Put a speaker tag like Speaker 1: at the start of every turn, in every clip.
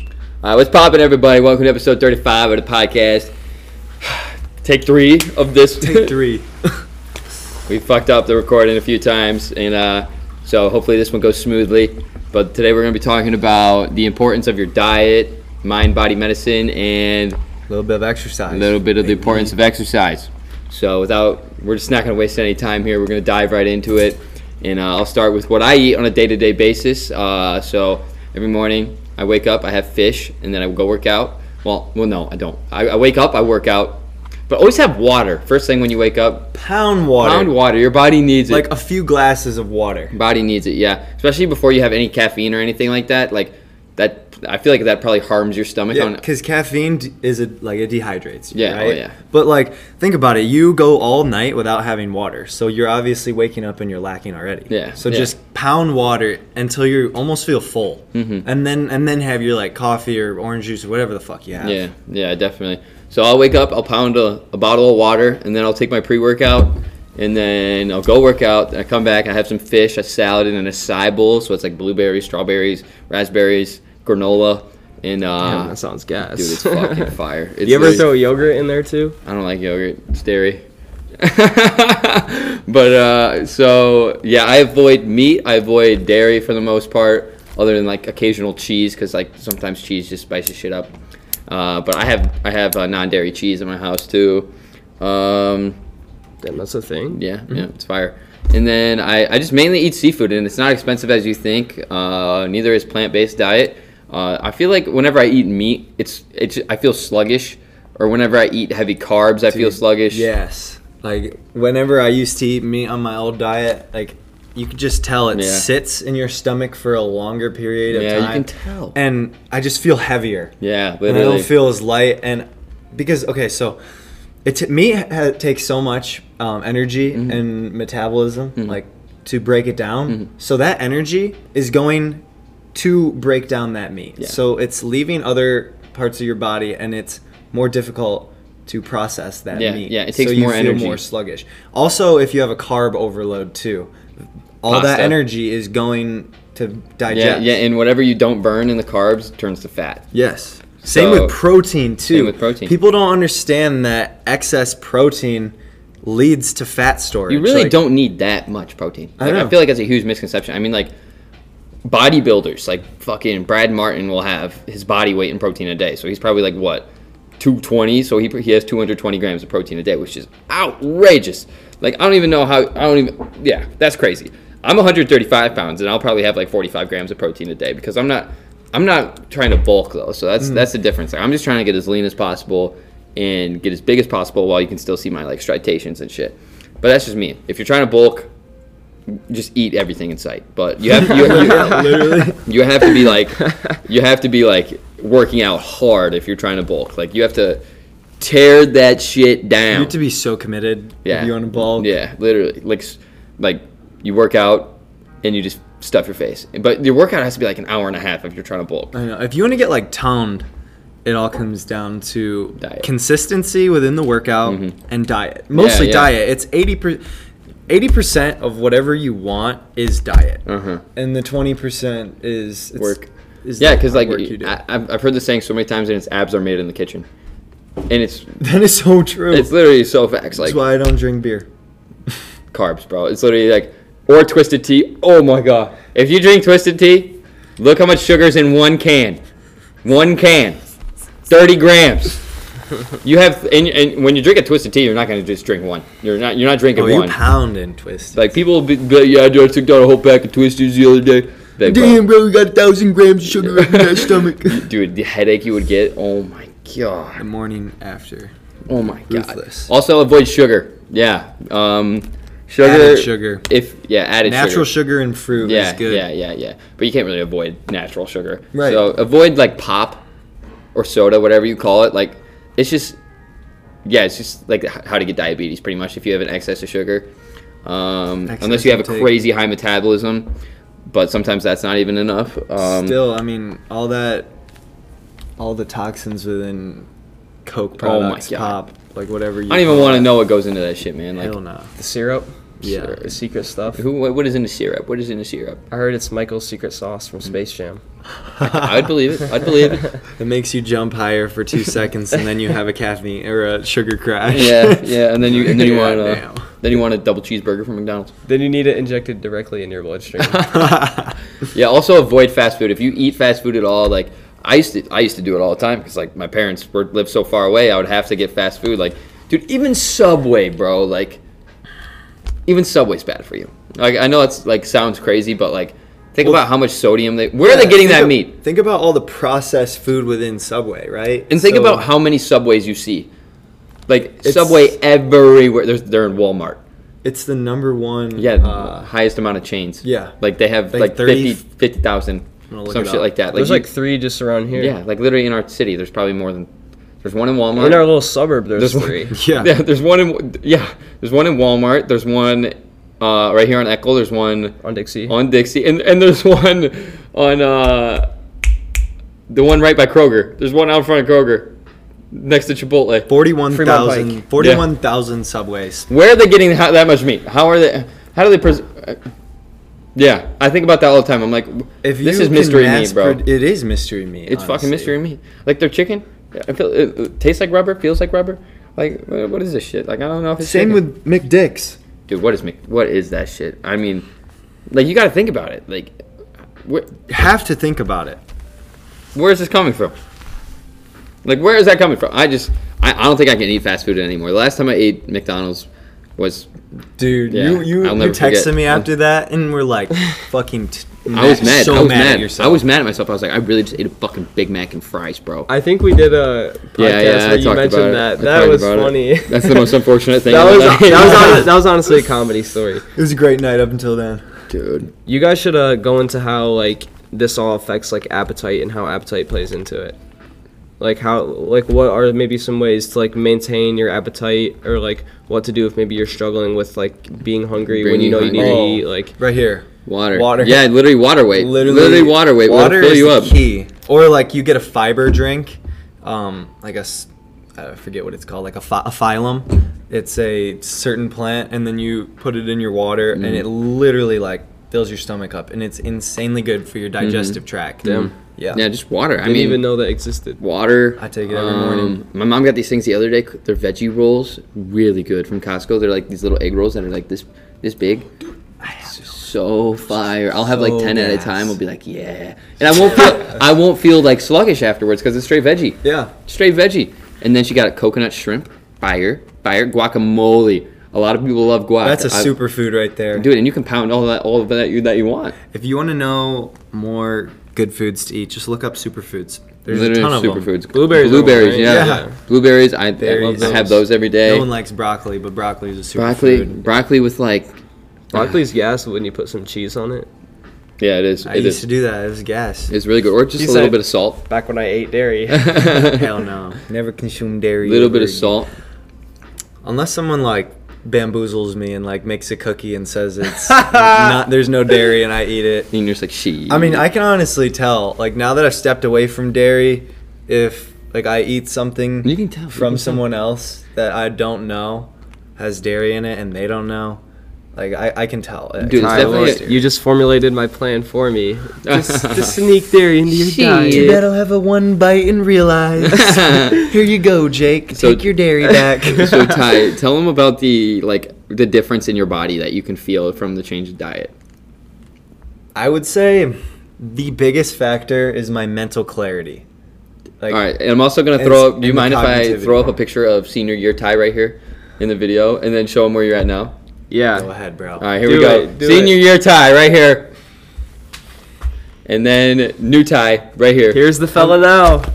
Speaker 1: All right, Uh, what's poppin', everybody? Welcome to episode 35 of the podcast. Take three of this.
Speaker 2: Take three.
Speaker 1: we fucked up the recording a few times, and uh, so hopefully this one goes smoothly. But today we're going to be talking about the importance of your diet, mind body medicine, and
Speaker 2: A little bit of exercise.
Speaker 1: a little bit of the
Speaker 2: Maybe.
Speaker 1: importance of exercise. So without, we're just not going to waste any time here. We're going to dive right into it, and uh, I'll start with what I eat on a day-to-day basis. Uh, so every morning I wake up, I have fish, and then I go work out. Well, well, no, I don't. I, I wake up, I work out, but always have water first thing when you wake up.
Speaker 2: pound water.
Speaker 1: Pound water. Your body needs it.
Speaker 2: Like a few glasses of water.
Speaker 1: Body needs it, yeah. Especially before you have any caffeine or anything like that. Like that, I feel like that probably harms your stomach.
Speaker 2: Yeah,
Speaker 1: on,
Speaker 2: because caffeine d- is a, like it dehydrates. you,
Speaker 1: Yeah, oh
Speaker 2: right?
Speaker 1: yeah.
Speaker 2: But like, think about it. You go all night without having water, so you're obviously waking up and you're lacking already.
Speaker 1: Yeah,
Speaker 2: So
Speaker 1: yeah.
Speaker 2: just pound water until you almost feel full, mm-hmm. and then and then have your like coffee or orange juice or whatever the fuck you have.
Speaker 1: yeah, yeah, definitely. So I'll wake up, I'll pound a, a bottle of water, and then I'll take my pre-workout, and then I'll go work out. I come back, I have some fish, a salad, and then a side bowl. So it's like blueberries, strawberries, raspberries, granola, and uh,
Speaker 3: Damn, that sounds gas.
Speaker 1: dude, it's fucking fire. It's
Speaker 3: you ever
Speaker 1: really-
Speaker 3: throw yogurt in there too?
Speaker 1: I don't like yogurt. It's dairy. but uh, so yeah, I avoid meat. I avoid dairy for the most part, other than like occasional cheese, because like sometimes cheese just spices shit up. Uh, but I have I have uh, non-dairy cheese in my house too. Um,
Speaker 3: Damn, that's a thing.
Speaker 1: yeah, yeah, it's fire. And then I, I just mainly eat seafood, and it's not expensive as you think. Uh, neither is plant-based diet. Uh, I feel like whenever I eat meat, it's it's I feel sluggish, or whenever I eat heavy carbs, I feel
Speaker 2: Dude,
Speaker 1: sluggish.
Speaker 2: Yes. Like whenever I used to eat meat on my old diet, like you could just tell it
Speaker 1: Yeah.
Speaker 2: sits in your stomach for a longer period of
Speaker 1: Yeah,
Speaker 2: time.
Speaker 1: you can tell.
Speaker 2: And I just feel heavier.
Speaker 1: Yeah,
Speaker 2: And I
Speaker 1: literally.
Speaker 2: don't feel as light and because okay, so it t- meat ha- takes so much um, energy
Speaker 1: Mm-hmm.
Speaker 2: and metabolism like to break it down.
Speaker 1: Mm-hmm.
Speaker 2: So that energy is going to break down that meat.
Speaker 1: Yeah.
Speaker 2: So it's leaving other parts of your body and it's more difficult to process that
Speaker 1: Yeah,
Speaker 2: meat.
Speaker 1: yeah, it takes
Speaker 2: so you
Speaker 1: more
Speaker 2: feel
Speaker 1: energy.
Speaker 2: more sluggish. Also, if you have a carb overload too, all that
Speaker 1: Pasta.
Speaker 2: energy is going to
Speaker 1: yeah,
Speaker 2: digest.
Speaker 1: yeah, and whatever you don't burn in the carbs turns to fat.
Speaker 2: Yes. Same
Speaker 1: So-
Speaker 2: with protein too.
Speaker 1: Same with protein.
Speaker 2: People don't understand that excess protein leads to fat storage.
Speaker 1: You really
Speaker 2: Like,
Speaker 1: don't need that much protein.
Speaker 2: I
Speaker 1: Like, I
Speaker 2: know.
Speaker 1: feel like that's a huge misconception. I mean, like bodybuilders, like fucking Brad Martin will have his body weight in protein a day, so he's probably like what 220. So he he has 220 grams of protein a day, which is outrageous. Like I don't even know how I don't even yeah, that's crazy. I'm 135 pounds, and I'll probably have like 45 grams of protein a day because I'm not I'm not trying to bulk though. So that's that's the difference. Like, I'm just trying to get as lean as possible and get as big as possible while you can still see my like striations and shit. But that's just me. If you're trying to bulk, just eat everything in sight. But you have you,
Speaker 2: Yeah,
Speaker 1: you,
Speaker 2: literally.
Speaker 1: you have to be like you have to be like working out hard if you're trying to bulk. Like you have to tear that shit
Speaker 2: You
Speaker 1: down.
Speaker 2: have to be so committed.
Speaker 1: yeah,
Speaker 2: If you want to bulk.
Speaker 1: Yeah, literally. Like s- like you work out and you just stuff your face. But your workout has to be like an hour and a half if you're trying to bulk.
Speaker 2: I know. If you want to get like toned, it all comes down to
Speaker 1: Diet. Mm-hmm.
Speaker 2: consistency within the workout and diet. Mostly
Speaker 1: yeah.
Speaker 2: diet. It's 80 per- 80% of whatever you want is diet.
Speaker 1: Uh-huh.
Speaker 2: And the 20% is it's-
Speaker 1: Work.
Speaker 2: Is
Speaker 1: Yeah,
Speaker 2: the
Speaker 1: because like
Speaker 2: hard work you do.
Speaker 1: I, I've I've heard this saying so many times, and it's abs are made in the kitchen, and it's
Speaker 2: that is so true.
Speaker 1: it's literally so facts. Like
Speaker 2: That's why I don't drink beer.
Speaker 1: carbs, bro. It's literally like or twisted tea. Oh my god. If you drink twisted tea, look how much sugar's in one can. One can. 30 grams. You have and, and when you drink a twisted tea, you're not going to just drink one. You're not you're not drinking
Speaker 2: Oh,
Speaker 1: one.
Speaker 2: you pound and twist.
Speaker 1: like people will be, be like, yeah, dude, I took down a whole pack of twisties the other day. Like, bro,
Speaker 2: bro, we got a thousand grams of sugar in that stomach. the
Speaker 1: dude, the headache you would get. Oh my god.
Speaker 2: morning after.
Speaker 1: Oh my god.
Speaker 2: Ruthless.
Speaker 1: Also avoid sugar. Yeah. Um sugar
Speaker 2: Added sugar.
Speaker 1: If yeah, added sugar.
Speaker 2: Natural sugar and fruit
Speaker 1: Yeah,
Speaker 2: is good.
Speaker 1: yeah, yeah, yeah. But you can't really avoid natural sugar.
Speaker 2: Right.
Speaker 1: So avoid like pop or soda, whatever you call it. Like it's just yeah, it's just like h- how to get diabetes pretty much if you have an excess of sugar. Um,
Speaker 2: Excess
Speaker 1: unless you have a
Speaker 2: intake.
Speaker 1: crazy high metabolism, but sometimes that's not even enough. Um,
Speaker 2: Still, I mean, all that, all the toxins within Coke
Speaker 1: Oh my
Speaker 2: products,
Speaker 1: God.
Speaker 2: pop, like whatever. You
Speaker 1: I don't even want to know what goes into that shit, man.
Speaker 2: Hell
Speaker 1: Like
Speaker 2: no.
Speaker 3: The syrup. Yeah,
Speaker 1: Sure.
Speaker 3: the secret stuff.
Speaker 1: Who? What what is in a syrup? What is in a syrup?
Speaker 3: I heard it's Michael's secret sauce
Speaker 1: Hmm.
Speaker 3: from Space Jam.
Speaker 1: I'd believe it. I'd believe it.
Speaker 2: It makes you jump higher for two seconds, and then you have a caffeine or a sugar crash.
Speaker 1: Yeah, yeah. And then you and then you want
Speaker 2: Goddamn.
Speaker 1: a then you want a double cheeseburger from McDonald's.
Speaker 3: Then you need it injected directly in your bloodstream.
Speaker 1: Yeah. Also avoid fast food. If you eat fast food at all, like I used to, I used to do it all the time because like my parents were lived so far away, I would have to get fast food. Like, dude, even Subway, bro. Like, even Subway's bad for you. Like, I know it's like sounds crazy, but like, think
Speaker 2: Well-
Speaker 1: about how much sodium they. Where are
Speaker 2: Yeah,
Speaker 1: they getting
Speaker 2: think
Speaker 1: that
Speaker 2: ab-
Speaker 1: meat?
Speaker 2: Think about all the processed food within Subway, right?
Speaker 1: And think
Speaker 2: So-
Speaker 1: about how many Subways you see. Like
Speaker 2: It's-
Speaker 1: Subway everywhere. They're, they're in Walmart.
Speaker 2: it's the number one.
Speaker 1: Yeah,
Speaker 2: uh,
Speaker 1: highest amount of chains.
Speaker 2: yeah.
Speaker 1: Like they have
Speaker 2: Like
Speaker 1: like,
Speaker 2: 30
Speaker 1: fifty fifty thousand,
Speaker 2: I'm gonna look
Speaker 1: 50,000, some
Speaker 2: it
Speaker 1: shit
Speaker 2: up.
Speaker 1: like that. Like
Speaker 3: There's
Speaker 1: you-
Speaker 3: like three just around here.
Speaker 1: yeah, like literally in our city, there's probably more than there's one in Walmart.
Speaker 3: In our little suburb, there's,
Speaker 1: one-
Speaker 3: three.
Speaker 2: Yeah.
Speaker 1: yeah, there's one in yeah, there's one in Walmart. There's one uh, right here on Eckle. There's one
Speaker 3: On Dixie.
Speaker 1: on Dixie, and and there's one on uh, the one right by Kroger. There's one out front of Kroger, next to Chipotle.
Speaker 3: Fremont
Speaker 2: 41,000
Speaker 3: Pike.
Speaker 2: 41,000 Subways.
Speaker 1: Where are they getting ho- that much meat? How are they? How do they? Pres- uh, yeah, I think about that all the time. I'm like,
Speaker 2: If you
Speaker 1: this is
Speaker 2: can
Speaker 1: mystery
Speaker 2: mass
Speaker 1: meat, bro.
Speaker 2: prod- it is mystery meat.
Speaker 1: it's fucking
Speaker 2: honestly.
Speaker 1: mystery meat. Like their chicken, I feel it, it tastes like rubber, feels like rubber. Like wha- what is this shit? Like I don't know if it's
Speaker 2: Same
Speaker 1: chicken.
Speaker 2: with McDicks.
Speaker 1: dude. What is me? What is that shit? I mean, like you got to think about it. Like, where,
Speaker 2: Have to think about it.
Speaker 1: where is this coming from? Like where is that coming from? I just I, I don't think I can eat fast food anymore. The last time I ate McDonald's was
Speaker 2: Dude,
Speaker 1: Yeah,
Speaker 2: you you,
Speaker 1: I'll
Speaker 2: you
Speaker 1: never
Speaker 2: texted
Speaker 1: forget.
Speaker 2: me after that, and we're like, fucking. T-
Speaker 1: I was mad.
Speaker 2: So
Speaker 1: I was
Speaker 2: mad,
Speaker 1: mad.
Speaker 2: at yourself.
Speaker 1: I was mad at myself. I was like, I really just ate a fucking Big Mac and fries, bro.
Speaker 3: I think we did a podcast
Speaker 1: yeah, yeah. I
Speaker 3: where you
Speaker 1: talked about
Speaker 3: mentioned
Speaker 1: it.
Speaker 3: that.
Speaker 1: I
Speaker 3: That
Speaker 1: talked
Speaker 3: was
Speaker 1: about it.
Speaker 3: funny.
Speaker 1: That's the most unfortunate thing.
Speaker 3: that
Speaker 1: I've
Speaker 3: was
Speaker 1: ever
Speaker 3: that
Speaker 1: done.
Speaker 3: was, hon- that was honestly a comedy story.
Speaker 2: It was a great night up until then.
Speaker 1: dude.
Speaker 3: You guys should uh, go into how like this all affects like appetite and how appetite plays into it. Like how like what are maybe some ways to like maintain your appetite or like what to do if maybe you're struggling with like being hungry when you
Speaker 1: Being
Speaker 3: know you need to
Speaker 2: hungry.
Speaker 3: eat like
Speaker 2: Right here.
Speaker 1: Water.
Speaker 2: Water.
Speaker 1: Yeah, literally water weight. Literally, water weight. Water will fill
Speaker 2: is
Speaker 1: you
Speaker 2: the
Speaker 1: up.
Speaker 2: key. Or like you get a fiber drink, um, like a, s- I forget what it's called, like a, phy- a phylum. It's a certain plant, and then you put it in your water, and
Speaker 1: Mm.
Speaker 2: it literally like fills your stomach up, and it's insanely good for your digestive tract.
Speaker 3: Damn.
Speaker 2: Yeah.
Speaker 1: Mm-hmm. Yeah, just water. I
Speaker 3: I didn't
Speaker 1: mean,
Speaker 3: even know that existed.
Speaker 1: water. um,
Speaker 2: I take it every morning.
Speaker 1: My mom got these things the other day. They're veggie rolls, really good from Costco. They're like these little egg rolls that are like this this big. So fire! I'll have like
Speaker 2: So
Speaker 1: ten at a
Speaker 2: gas.
Speaker 1: time. I'll be like, yeah, and I won't feel I won't feel like sluggish afterwards because it's straight veggie.
Speaker 2: Yeah.
Speaker 1: straight veggie. And then she got a coconut shrimp, fire, fire, guacamole. A lot of people love guac.
Speaker 2: That's a
Speaker 1: I-
Speaker 2: superfood right there.
Speaker 1: Dude, and you can pound all that, all of that you that you want.
Speaker 2: If you want to know more good foods to eat, just look up superfoods. There's
Speaker 1: Literally
Speaker 2: a ton of them.
Speaker 1: superfoods.
Speaker 3: Blueberries are
Speaker 1: blueberries,
Speaker 3: one, right?
Speaker 1: yeah.
Speaker 2: Yeah.
Speaker 1: blueberries. I, I love
Speaker 2: Berries.
Speaker 1: those. I have those every day.
Speaker 2: No one likes broccoli, but broccoli is a superfood.
Speaker 1: broccoli, broccoli with like,
Speaker 3: Broccoli's gas when you put some cheese on it.
Speaker 1: yeah, it is.
Speaker 2: I
Speaker 1: It
Speaker 2: used
Speaker 1: is.
Speaker 2: to do that. It was gas.
Speaker 1: It's really good, or just
Speaker 3: You
Speaker 1: a little
Speaker 3: said-
Speaker 1: bit of salt.
Speaker 3: Back when I ate dairy.
Speaker 1: A
Speaker 2: Hell no. Never consume dairy.
Speaker 1: little bit
Speaker 2: ever
Speaker 1: of salt.
Speaker 2: again. Unless someone like bamboozles me and like makes a cookie and says it's not there's no dairy and I eat it.
Speaker 1: And you're just like, she.
Speaker 2: I mean, I can honestly tell like now that I've stepped away from dairy if like I eat something
Speaker 1: You can tell you
Speaker 2: from
Speaker 1: can tell.
Speaker 2: someone else that I don't know has dairy in it and they don't know. Like I, I can tell. I
Speaker 1: Dude,
Speaker 2: can
Speaker 1: it's
Speaker 2: tell
Speaker 1: definitely-
Speaker 2: it's dairy.
Speaker 3: you just formulated my plan for me. Just, just sneak dairy into your
Speaker 1: She-
Speaker 2: Too
Speaker 3: diet.
Speaker 2: bad I'll have a one bite and realize. Here you go, Jake.
Speaker 1: So-
Speaker 2: Take your dairy back.
Speaker 1: so Ty, tell them about the like the difference in your body that you can feel from the change of diet.
Speaker 2: I would say the biggest factor is my mental clarity. Like,
Speaker 1: All right, and I'm also gonna
Speaker 2: And
Speaker 1: throw
Speaker 2: it's-
Speaker 1: up. Do you
Speaker 2: and
Speaker 1: mind
Speaker 2: the
Speaker 1: if I
Speaker 2: cognitivity.
Speaker 1: throw up a picture of senior year Ty right here in the video, and then show them where you're at now?
Speaker 3: Yeah.
Speaker 2: go ahead, bro.
Speaker 1: All right, here
Speaker 3: Do
Speaker 1: we go.
Speaker 3: it, do
Speaker 1: senior
Speaker 3: it.
Speaker 1: year Ty right here, and then new Ty right here.
Speaker 3: Here's the fella now.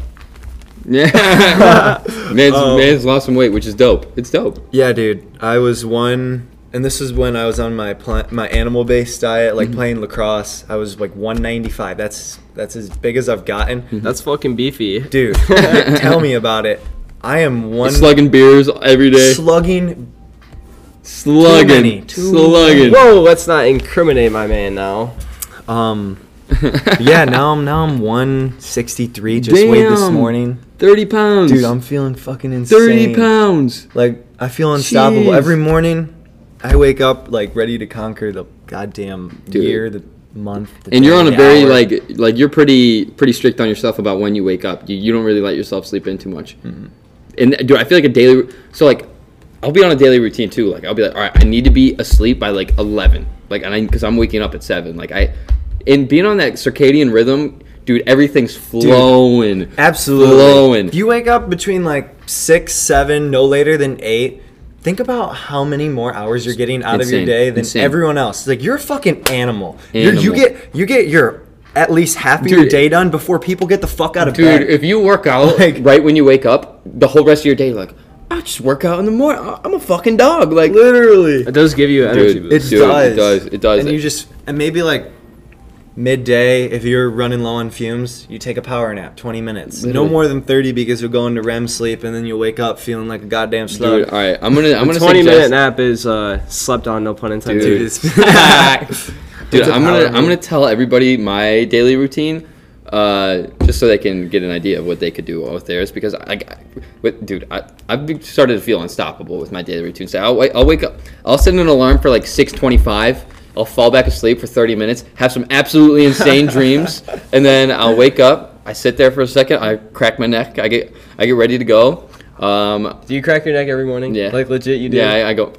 Speaker 1: Yeah, man's,
Speaker 2: Oh.
Speaker 1: man's lost some weight, which is dope. It's dope.
Speaker 2: Yeah, dude. I was one, and this is when I was on my plant, my animal based diet,
Speaker 1: Mhm.
Speaker 2: like playing lacrosse. I was like 195. That's that's as big as I've
Speaker 1: Hmm.
Speaker 2: gotten,
Speaker 3: That's fucking beefy.
Speaker 2: dude. tell me about it. I am one
Speaker 1: Slugging beers every day.
Speaker 2: slugging.
Speaker 1: slugging,
Speaker 2: many, too
Speaker 1: slugging.
Speaker 3: Whoa, let's not incriminate my man now.
Speaker 2: Um, yeah. Now I'm now I'm 163. Just weighed this
Speaker 1: Damn.
Speaker 2: morning,
Speaker 1: Thirty pounds,
Speaker 2: dude. I'm feeling fucking insane.
Speaker 1: thirty pounds.
Speaker 2: Like I feel unstoppable
Speaker 1: Jeez.
Speaker 2: every morning. I wake up like ready to conquer the goddamn
Speaker 1: Dude.
Speaker 2: year, the month. The
Speaker 1: And you're
Speaker 2: day,
Speaker 1: on a
Speaker 2: the
Speaker 1: very
Speaker 2: hour.
Speaker 1: like like you're pretty pretty strict on yourself about when you wake up. You, you don't really let yourself sleep in too much.
Speaker 2: Mm-hmm.
Speaker 1: And dude, I feel like a daily so like I'll be on a daily routine too. Like I'll be like, all right, I need to be asleep by like eleven. Like and I because I'm waking up at seven. Like I and being on that circadian rhythm, dude, everything's flowing.
Speaker 2: absolutely
Speaker 1: Flowing.
Speaker 2: If you wake up between like six, seven, no later than eight. Think about how many more hours you're getting out of
Speaker 1: Insane.
Speaker 2: your day than
Speaker 1: Insane.
Speaker 2: everyone else. Like you're a fucking animal. You're- You
Speaker 1: Animal.
Speaker 2: get you get your at least half of your
Speaker 1: Dude.
Speaker 2: day done before people get the fuck out of
Speaker 1: Dude,
Speaker 2: bed.
Speaker 1: if you work out
Speaker 2: Like-
Speaker 1: right when you wake up, the whole rest of your day, you're like, I just work out in the morning. I- I'm a fucking dog. Like,
Speaker 2: Literally,
Speaker 3: It does give you an energy
Speaker 1: Dude,
Speaker 3: boost.
Speaker 2: It does.
Speaker 1: it does, it does.
Speaker 2: And you just and maybe like midday, if you're running low on fumes, you take a power nap, twenty minutes.
Speaker 1: Literally.
Speaker 2: No more than thirty because you'll go into REM sleep and then you'll wake up feeling like a goddamn slug.
Speaker 1: dude, all right, I'm gonna, I'm
Speaker 3: A
Speaker 1: gonna
Speaker 3: 20
Speaker 1: suggest,
Speaker 3: minute nap is uh, slept on, no pun intended.
Speaker 1: Dude.
Speaker 2: Dude, it's-
Speaker 1: Dude,
Speaker 3: It's a
Speaker 1: I'm gonna
Speaker 3: power
Speaker 1: I'm
Speaker 3: move.
Speaker 1: gonna tell everybody my daily routine, uh, just so they can get an idea of what they could do with theirs. Because I, I- with, dude, I I've been- started to feel unstoppable with my daily routine. So I'll wait, I'll wake up, I'll set an alarm for like 6:25. I'll fall back asleep for 30 minutes, have some absolutely insane dreams, and then I'll wake up. I sit there for a second. I crack my neck. I get I get ready to go. Um,
Speaker 3: Do you crack your neck every morning?
Speaker 1: yeah,
Speaker 3: Like legit, you do.
Speaker 1: Yeah, I, I go.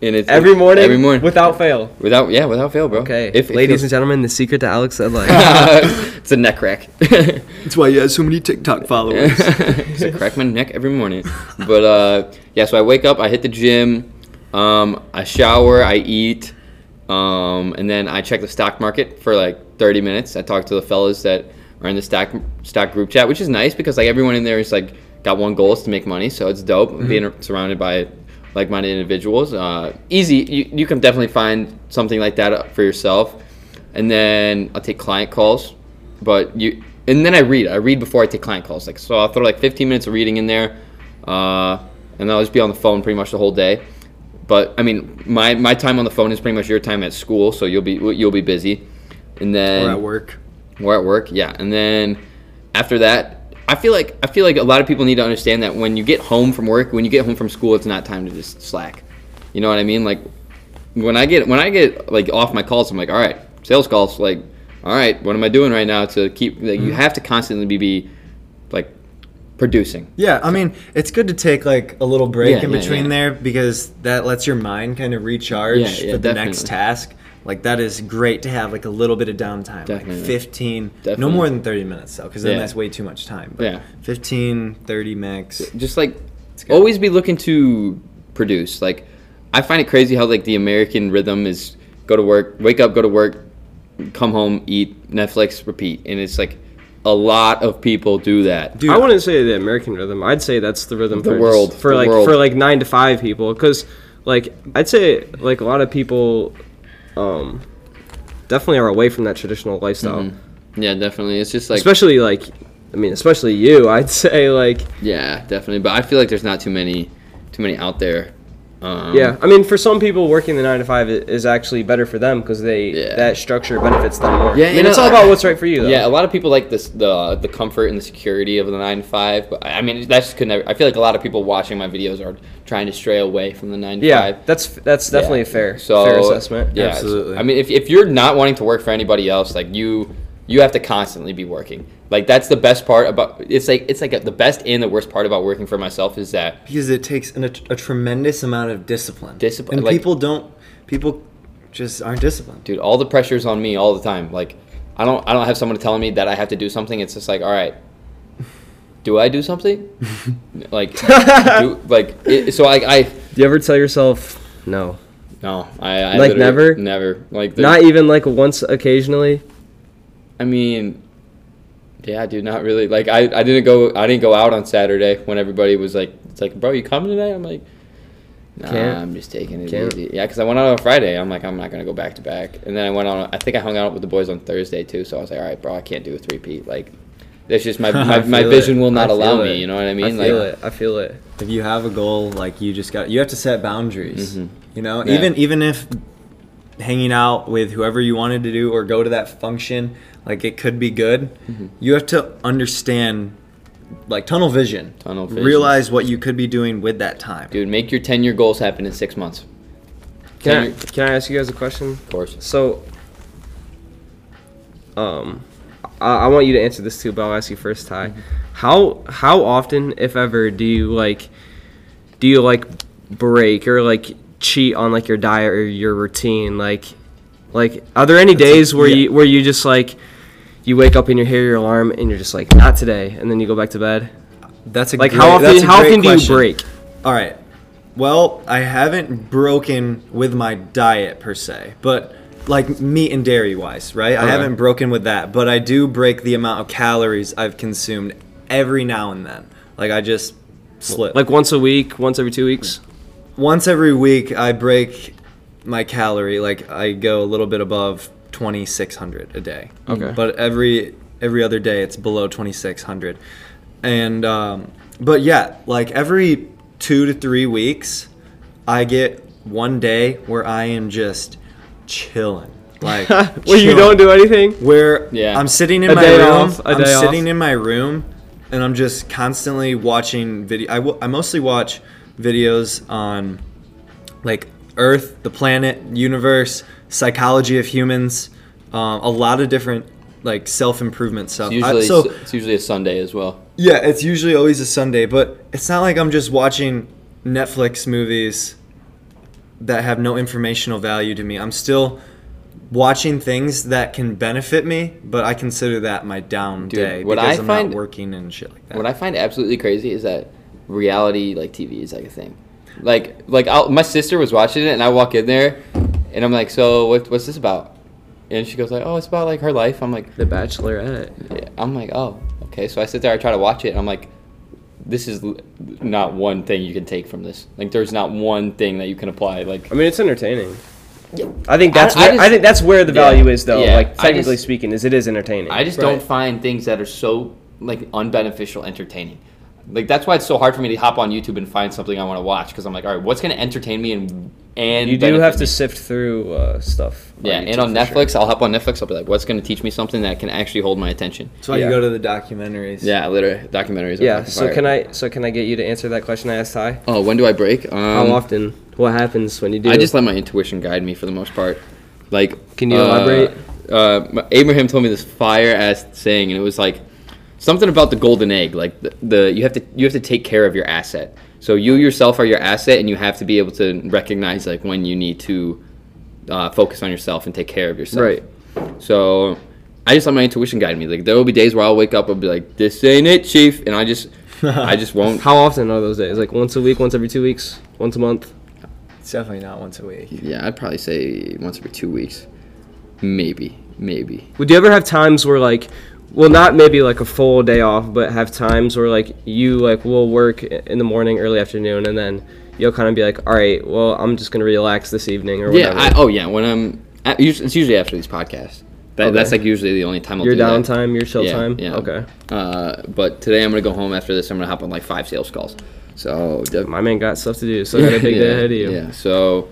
Speaker 1: And it's
Speaker 3: every morning.
Speaker 1: Every morning.
Speaker 3: Without fail.
Speaker 1: Without, yeah, without fail, bro.
Speaker 3: Okay.
Speaker 1: If,
Speaker 3: ladies and
Speaker 1: if
Speaker 3: gentlemen, the secret to Alex said like
Speaker 1: it's a neck crack.
Speaker 2: That's why you have so many TikTok followers.
Speaker 1: so crack my neck every morning. But uh, yeah, so I wake up, I hit the gym, um, I shower, I eat, um, and then I check the stock market for like 30 minutes. I talk to the fellas that are in the stock stock group chat, which is nice because like everyone in there is like got one goal is to make money, so it's dope being surrounded by like-minded individuals. Uh, easy, you, you can definitely find something like that uh, for yourself. And then I'll take client calls but you and then I read. I read before I take client calls. Like so, I'll throw like 15 minutes of reading in there, uh, and I'll just be on the phone pretty much the whole day. But I mean, my my time on the phone is pretty much your time at school, so you'll be you'll be busy, and then
Speaker 2: Or at work.
Speaker 1: we're at work, yeah. And then after that, I feel like I feel like a lot of people need to understand that when you get home from work, when you get home from school, it's not time to just slack. You know what I mean? Like when I get when I get like off my calls, I'm like, all right, sales calls. Like, all right, what am I doing right now to keep? Like,
Speaker 2: Mm-hmm.
Speaker 1: you have to constantly be, be like producing.
Speaker 2: Yeah, I mean, it's good to take like a little break
Speaker 1: Yeah,
Speaker 2: in
Speaker 1: yeah,
Speaker 2: between
Speaker 1: yeah.
Speaker 2: there because that lets your mind kind of recharge
Speaker 1: Yeah, yeah,
Speaker 2: for the next
Speaker 1: definitely.
Speaker 2: task. Like that is great to have like a little bit of downtime,
Speaker 1: Definitely.
Speaker 2: like 15, no
Speaker 1: Definitely.
Speaker 2: more than 30 minutes though, because then
Speaker 1: Yeah.
Speaker 2: that's way too much time. But
Speaker 1: Yeah.
Speaker 2: 15, 30 max.
Speaker 1: just like always be looking to produce like i find it crazy how like the american rhythm is go to work wake up go to work come home eat netflix repeat and it's like a lot of people do that
Speaker 2: Dude,
Speaker 3: I wouldn't say the American rhythm. I'd say that's the rhythm
Speaker 1: The
Speaker 3: for just-
Speaker 1: world,
Speaker 3: for
Speaker 1: the
Speaker 3: like
Speaker 1: world.
Speaker 3: for like nine to five people. Because like I'd say like a lot of people, um, definitely are away from that traditional lifestyle.
Speaker 1: yeah definitely it's just Mm-hmm. like
Speaker 3: especially like, I mean, especially you. I'd say like
Speaker 1: yeah definitely but i feel like there's not too many too many out there um,
Speaker 3: yeah. I mean, for some people, working the nine to five i- is actually better for them because they
Speaker 1: Yeah.
Speaker 3: that structure benefits them more.
Speaker 1: Yeah,
Speaker 3: I
Speaker 1: you
Speaker 3: mean,
Speaker 1: know,
Speaker 3: it's all
Speaker 1: I-
Speaker 3: about what's right for you. Though.
Speaker 1: yeah a lot of people like this the the comfort and the security of the nine to five but i I mean that's could never i feel like a lot of people watching my videos are trying to stray away from the nine to
Speaker 3: yeah.
Speaker 1: five
Speaker 3: That's that's definitely a fair
Speaker 1: so,
Speaker 3: fair assessment.
Speaker 1: Yeah,
Speaker 2: Absolutely.
Speaker 1: I mean, if, if you're not wanting to work for anybody else, like you, you have to constantly be working. Like that's the best part about it's like it's like the best and the worst part about working for myself is that
Speaker 2: because it takes an, a, a tremendous amount of discipline.
Speaker 1: Discipline,
Speaker 2: And
Speaker 1: like-
Speaker 2: people don't, people just aren't disciplined.
Speaker 1: dude, all the pressure's on me all the time. Like I don't I don't have someone telling me that I have to do something. It's just like all right. Do I do something? like, do, like it, so I, I
Speaker 3: Do you ever tell yourself no?
Speaker 1: no I, I
Speaker 3: Like
Speaker 1: literally-
Speaker 3: never?
Speaker 1: never like there's-
Speaker 3: Not even like once occasionally.
Speaker 1: I mean, yeah, dude, not really. Like I, I didn't go I didn't go out on Saturday when everybody was like, it's like, bro, you coming tonight? I'm like, nah,
Speaker 3: Can't.
Speaker 1: I'm just taking it
Speaker 3: Can't.
Speaker 1: easy. Yeah, because I went out on Friday. I'm like, I'm not gonna go back to back. And then I went on. I think I hung out with the boys on Thursday too. So I was like, all right, bro, I can't do a three peat. Like, that's just my
Speaker 2: I
Speaker 1: my, my
Speaker 3: feel
Speaker 1: vision
Speaker 3: it.
Speaker 1: will not
Speaker 3: I
Speaker 1: allow
Speaker 3: feel
Speaker 1: me.
Speaker 3: it.
Speaker 1: You know what I mean?
Speaker 3: I feel
Speaker 1: like,
Speaker 3: it. I feel it.
Speaker 2: if you have a goal like you just got you have to set boundaries
Speaker 3: Mm-hmm.
Speaker 2: you know
Speaker 1: Yeah.
Speaker 2: even even if hanging out with whoever you wanted to do or go to that function like it could be good
Speaker 3: Mm-hmm.
Speaker 2: you have to understand like tunnel vision
Speaker 1: Tunnel vision.
Speaker 2: realize what you could be doing with that time
Speaker 1: dude, make your ten year goals happen in six months.
Speaker 3: Can I,
Speaker 1: you-
Speaker 3: can I ask you guys a question?
Speaker 1: Of course.
Speaker 3: So, um, I, I want you to answer this too, but I'll ask you first, Ty.
Speaker 2: Mm-hmm.
Speaker 3: How how often, if ever, do you like do you like break or like cheat on like your diet or your routine? Like, like are there any days where
Speaker 2: yeah.
Speaker 3: you where you just like you wake up and you hear your alarm and you're just like not today, and then you go back to bed?
Speaker 2: That's a
Speaker 3: Like
Speaker 2: great,
Speaker 3: how often
Speaker 2: that's a
Speaker 3: how
Speaker 2: great
Speaker 3: often do you
Speaker 2: question.
Speaker 3: break?
Speaker 2: All right. Well, I haven't broken with my diet per se, but like meat and dairy wise, right? I
Speaker 3: Okay.
Speaker 2: haven't broken with that, but I do break the amount of calories I've consumed every now and then. Like I just slip.
Speaker 3: Like once a week, once every two weeks?
Speaker 2: once every week I break my calorie. Like I go a little bit above 2600 a day.
Speaker 3: Okay.
Speaker 2: But every every other day it's below 2600. And um but yeah, like every 2 to 3 weeks I get one day where I am just chilling. Like
Speaker 3: Where you
Speaker 2: chilling
Speaker 3: don't do anything?
Speaker 2: where
Speaker 1: Yeah.
Speaker 2: I'm sitting in
Speaker 3: A
Speaker 2: my
Speaker 3: day
Speaker 2: room.
Speaker 3: off, a
Speaker 2: I'm
Speaker 3: day off.
Speaker 2: sitting in my room, and I'm just constantly watching video. I, w- I mostly watch videos on like Earth, the planet, universe, psychology of humans, um, a lot of different like self improvement stuff.
Speaker 1: It's
Speaker 2: I-
Speaker 1: usually
Speaker 2: so
Speaker 1: it's usually a Sunday as well.
Speaker 2: yeah, it's usually always a Sunday, but it's not like I'm just watching Netflix movies that have no informational value to me. I'm still watching things that can benefit me, but I consider that my down
Speaker 1: Dude,
Speaker 2: day
Speaker 1: what
Speaker 2: because
Speaker 1: I
Speaker 2: I'm
Speaker 1: find-
Speaker 2: not working and shit like that.
Speaker 1: What I find absolutely crazy is that reality like TV is like a thing. Like like I'll, my sister was watching it and I walk in there and I'm like, "So what, what's this about?" And she goes like, "Oh, it's about like her life." I'm like,
Speaker 3: The Bachelorette.
Speaker 1: yeah. I'm like, "Oh, okay." So I sit there I try to watch it and I'm like, this is l- not one thing you can take from this. Like there's not one thing that you can apply like
Speaker 3: I mean, it's entertaining. I think that's
Speaker 1: I- I
Speaker 3: where I,
Speaker 1: just-
Speaker 3: think that's where the
Speaker 1: Yeah,
Speaker 3: value is, though.
Speaker 1: yeah, I
Speaker 3: like technically
Speaker 1: just-
Speaker 3: speaking, is it is entertaining.
Speaker 1: I just don't find things that are so like unbeneficial entertaining. Like that's why it's so hard for me to hop on YouTube and find something I want to watch because I'm like, all right, what's going to entertain me and and
Speaker 3: you do
Speaker 1: benefit
Speaker 3: have to
Speaker 1: me?
Speaker 3: sift through uh, stuff.
Speaker 1: yeah, and
Speaker 3: YouTube
Speaker 1: on
Speaker 3: for sure.
Speaker 1: Netflix, I'll hop on Netflix. I'll be like, what's going to teach me something that can actually hold my attention?
Speaker 2: That's why
Speaker 3: Yeah.
Speaker 2: you go to the documentaries.
Speaker 1: Yeah, literally documentaries. are
Speaker 3: Yeah.
Speaker 1: fucking
Speaker 3: So
Speaker 1: fire.
Speaker 3: can I? So can I get you to answer that question I asked Ty?
Speaker 1: Oh, when do I break? Um,
Speaker 3: How often? What happens when you do?
Speaker 1: I just let my intuition guide me for the most part. Like,
Speaker 3: Can you
Speaker 1: uh,
Speaker 3: elaborate?
Speaker 1: Uh, my- Abraham told me this fire ass saying, and it was like something about the golden egg. Like the, the you have to you have to take care of your asset. So you yourself are your asset, and you have to be able to recognize like when you need to uh, focus on yourself and take care of yourself.
Speaker 3: Right.
Speaker 1: So I just let my intuition guide me. Like there will be days where I'll wake up and be like, "This ain't it, chief," and I just I just won't.
Speaker 3: How often are those days? Like once a week, once every two weeks, once a month.
Speaker 2: It's definitely not once a week.
Speaker 1: Yeah, I'd probably say once every two weeks, maybe, maybe.
Speaker 3: Would you ever have times where like, well, not maybe like a full day off, but have times where like you like will work i- in the morning, early afternoon, and then you'll kind of be like, all right, well, I'm just gonna relax this evening or
Speaker 1: Yeah.
Speaker 3: whatever.
Speaker 1: I, oh, yeah. When I'm, I, usu- it's usually after these podcasts. That,
Speaker 3: Okay.
Speaker 1: That's like usually the only time I'll
Speaker 3: Your
Speaker 1: do that.
Speaker 3: downtime, your chill
Speaker 1: Yeah,
Speaker 3: time.
Speaker 1: yeah.
Speaker 3: Okay.
Speaker 1: Uh, but today I'm gonna go home after this. I'm gonna hop on like five sales calls. So
Speaker 3: My man got stuff to do, so I got a big day ahead of you.
Speaker 1: Yeah. So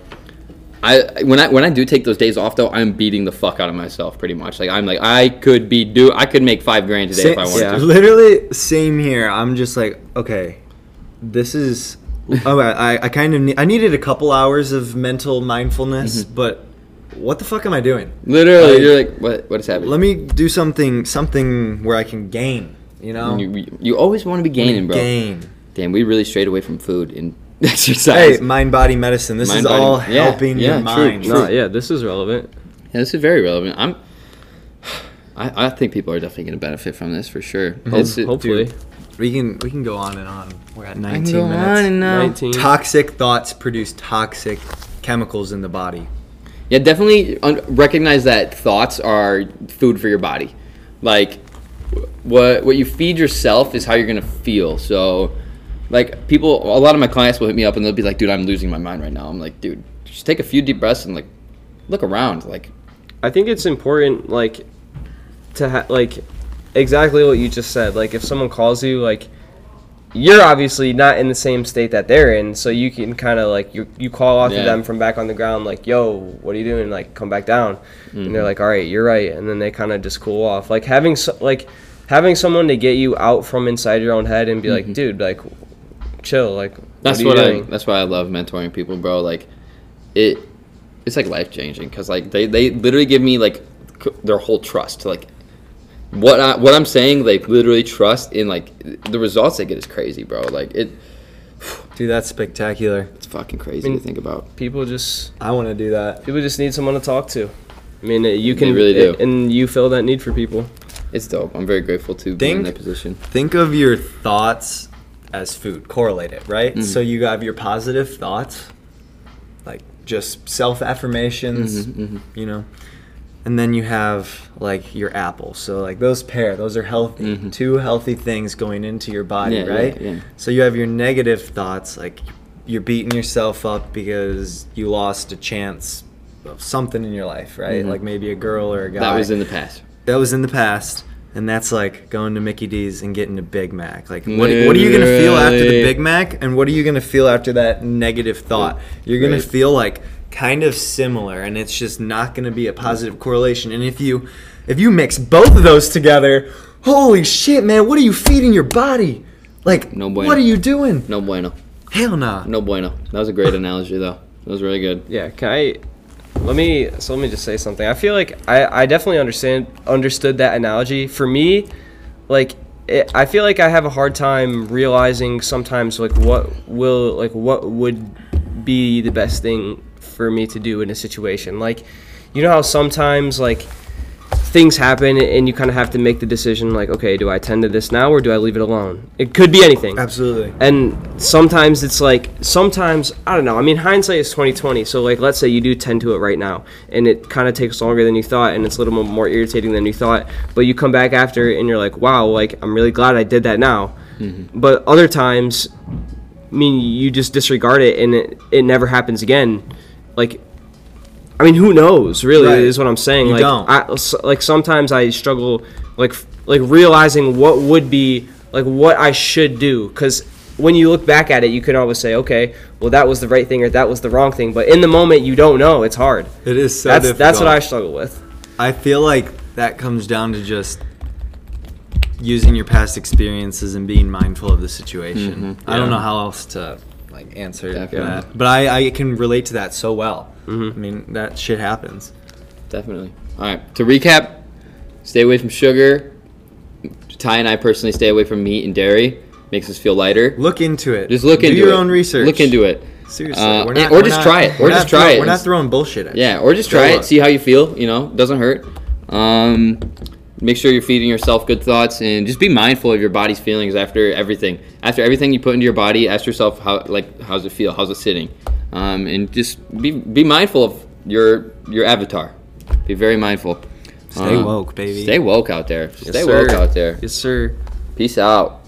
Speaker 1: I when I when I do take those days off though, I'm beating the fuck out of myself pretty much. Like I'm like I could be do I could make five grand today if I wanted
Speaker 3: yeah.
Speaker 1: to.
Speaker 2: Literally, same here. I'm just like, okay, this is. Oh, I, I- I kind of need, I needed a couple hours of mental mindfulness,
Speaker 1: Mm-hmm.
Speaker 2: but what the fuck am I doing?
Speaker 1: Literally,
Speaker 2: Like-
Speaker 1: you're like what what is happening?
Speaker 2: Let me do something, something where I can gain. You know,
Speaker 1: You, you- you always want to be gaining, bro.
Speaker 2: gain.
Speaker 1: Damn, we really strayed away from food and exercise.
Speaker 2: Hey, mind body medicine. This
Speaker 1: Mind,
Speaker 2: is
Speaker 1: body-
Speaker 2: all
Speaker 1: yeah,
Speaker 2: helping
Speaker 1: yeah,
Speaker 2: your
Speaker 1: true,
Speaker 2: mind.
Speaker 1: true.
Speaker 3: No, yeah, this is relevant.
Speaker 1: Yeah, this is very relevant. I'm. I, I think people are definitely going to benefit from this for sure. It's- it-
Speaker 3: Mm-hmm. Hopefully,
Speaker 2: dude, We can we can go on and on. We're at
Speaker 1: I can
Speaker 2: 19
Speaker 1: go on
Speaker 2: minutes.
Speaker 1: and on.
Speaker 3: nineteen.
Speaker 2: Toxic thoughts produce toxic chemicals in the body.
Speaker 1: Yeah, definitely un- recognize that thoughts are food for your body. Like, wh- what what you feed yourself is how you're gonna feel. So, like people, a lot of my clients will hit me up and they'll be like, "Dude, I'm losing my mind right now." I'm like, "Dude, just take a few deep breaths and like, look around. Like,
Speaker 3: I think it's important, like, to ha- like exactly what you just said. Like, if someone calls you, like, you're obviously not in the same state that they're in, so you can kind of like you you call off
Speaker 1: Yeah.
Speaker 3: to them from back on the ground, like, "Yo, what are you doing?" Like, come back down, and
Speaker 1: Mm-hmm.
Speaker 3: they're like, "All right, you're right," and then they kind of just cool off. Like having so- like having someone to get you out from inside your own head and be like, "Dude, like, chill." Like,
Speaker 1: Mm-hmm. That's
Speaker 3: are you
Speaker 1: what, I.
Speaker 3: doing?"
Speaker 1: That's why I love mentoring people, bro. Like, it. it's like life changing because like they they literally give me like c- their whole trust like what I what I'm saying they literally trust in like the results they get is crazy, bro. Like it
Speaker 2: Dude, that's spectacular.
Speaker 1: it's fucking crazy
Speaker 3: mean-
Speaker 1: to think about.
Speaker 3: People just
Speaker 2: I want to do that.
Speaker 3: people just need someone to talk to. I mean, uh, you can
Speaker 1: really do.
Speaker 3: and you fill that need for people.
Speaker 1: It's dope. I'm very grateful to be in
Speaker 2: Think-
Speaker 1: that position.
Speaker 2: Think of your thoughts as food. Correlate it, right?
Speaker 1: Mm-hmm.
Speaker 2: So you have your positive thoughts, like just self affirmations,
Speaker 1: Mm-hmm,
Speaker 2: you know, and then you have like your apple. So like those pair, those are healthy, two healthy things going into your body,
Speaker 1: Mm-hmm. Yeah, yeah,
Speaker 2: right?
Speaker 1: yeah.
Speaker 2: So you have your negative thoughts, like you're beating yourself up because you lost a chance of something in your life, right? Like maybe a girl or a guy.
Speaker 1: Mm-hmm. That was in the past.
Speaker 2: that was in the past and that's like going to mickey d's and getting a big mac like what, what are you gonna feel after the
Speaker 1: Literally.
Speaker 2: big mac and what are you gonna feel after that negative thought you're gonna
Speaker 1: Right.
Speaker 2: feel like kind of similar and it's just not gonna be a positive correlation and if you if you mix both of those together holy shit man what are you feeding your body like
Speaker 1: No bueno.
Speaker 2: what are you doing
Speaker 1: No bueno.
Speaker 2: hell nah
Speaker 1: No bueno. That was a great analogy though. That was really good.
Speaker 3: Yeah, can I? Let me. So let me just say something. I feel like I, I definitely understand understood that analogy. For me, like it, I feel like I have a hard time realizing sometimes like what will like what would be the best thing for me to do in a situation. Like, you know how sometimes like things happen and you kind of have to make the decision like okay do i attend to this now or do i leave it alone it could be anything
Speaker 2: absolutely
Speaker 3: and sometimes it's like sometimes I don't know. I mean, hindsight is twenty twenty. So like, let's say you do tend to it right now, and it kind of takes longer than you thought, and it's a little more irritating than you thought. But you come back after, it and you're like, wow, like I'm really glad I did that now. But other times, I mean, you just disregard it, and it, it never happens again. Like, I mean, who knows? Really,
Speaker 2: Right.
Speaker 3: is what I'm saying.
Speaker 2: You
Speaker 3: like,
Speaker 2: don't.
Speaker 3: I s like sometimes I struggle, like f- like realizing what would be like what I should do, because when you look back at it, you can always say, okay, well that was the right thing or that was the wrong thing. But in the moment, you don't know. It's hard.
Speaker 2: it is so
Speaker 3: that's that's what
Speaker 2: difficult.
Speaker 3: I struggle with.
Speaker 2: I feel like that comes down to just using your past experiences and being mindful of the situation.
Speaker 1: Mm-hmm.
Speaker 2: I don't know how else to like answer
Speaker 1: Definitely.
Speaker 2: that, but I, I can relate to that so well.
Speaker 1: Mm-hmm.
Speaker 2: I mean, that shit happens.
Speaker 1: Definitely. All right. To recap, stay away from sugar. Ty and I personally stay away from meat and dairy. Makes us feel lighter.
Speaker 2: Look into it.
Speaker 1: Just look
Speaker 2: Do
Speaker 1: into
Speaker 2: your
Speaker 1: it.
Speaker 2: own research.
Speaker 1: Look into it.
Speaker 2: Seriously,
Speaker 1: Uh,
Speaker 2: we're
Speaker 1: and-
Speaker 2: not,
Speaker 1: or
Speaker 2: we're
Speaker 1: just
Speaker 2: not-
Speaker 1: try it. Or
Speaker 2: we're not
Speaker 1: just try
Speaker 2: throwing-
Speaker 1: it.
Speaker 2: We're not throwing bullshit. At you.
Speaker 1: Yeah, or just
Speaker 2: Go
Speaker 1: try
Speaker 2: look.
Speaker 1: it. See how you feel. You know, doesn't hurt. Um, make sure you're feeding yourself good thoughts and just be mindful of your body's feelings after everything. After everything you put into your body, ask yourself how like how's it feel? How's it sitting? Um, and just be be mindful of your your avatar. Be very mindful.
Speaker 2: Stay
Speaker 1: Um,
Speaker 2: woke, baby.
Speaker 1: Stay woke out there. Stay
Speaker 3: Yes,
Speaker 1: woke
Speaker 3: sir.
Speaker 1: out there.
Speaker 3: Yes, sir.
Speaker 1: Peace out.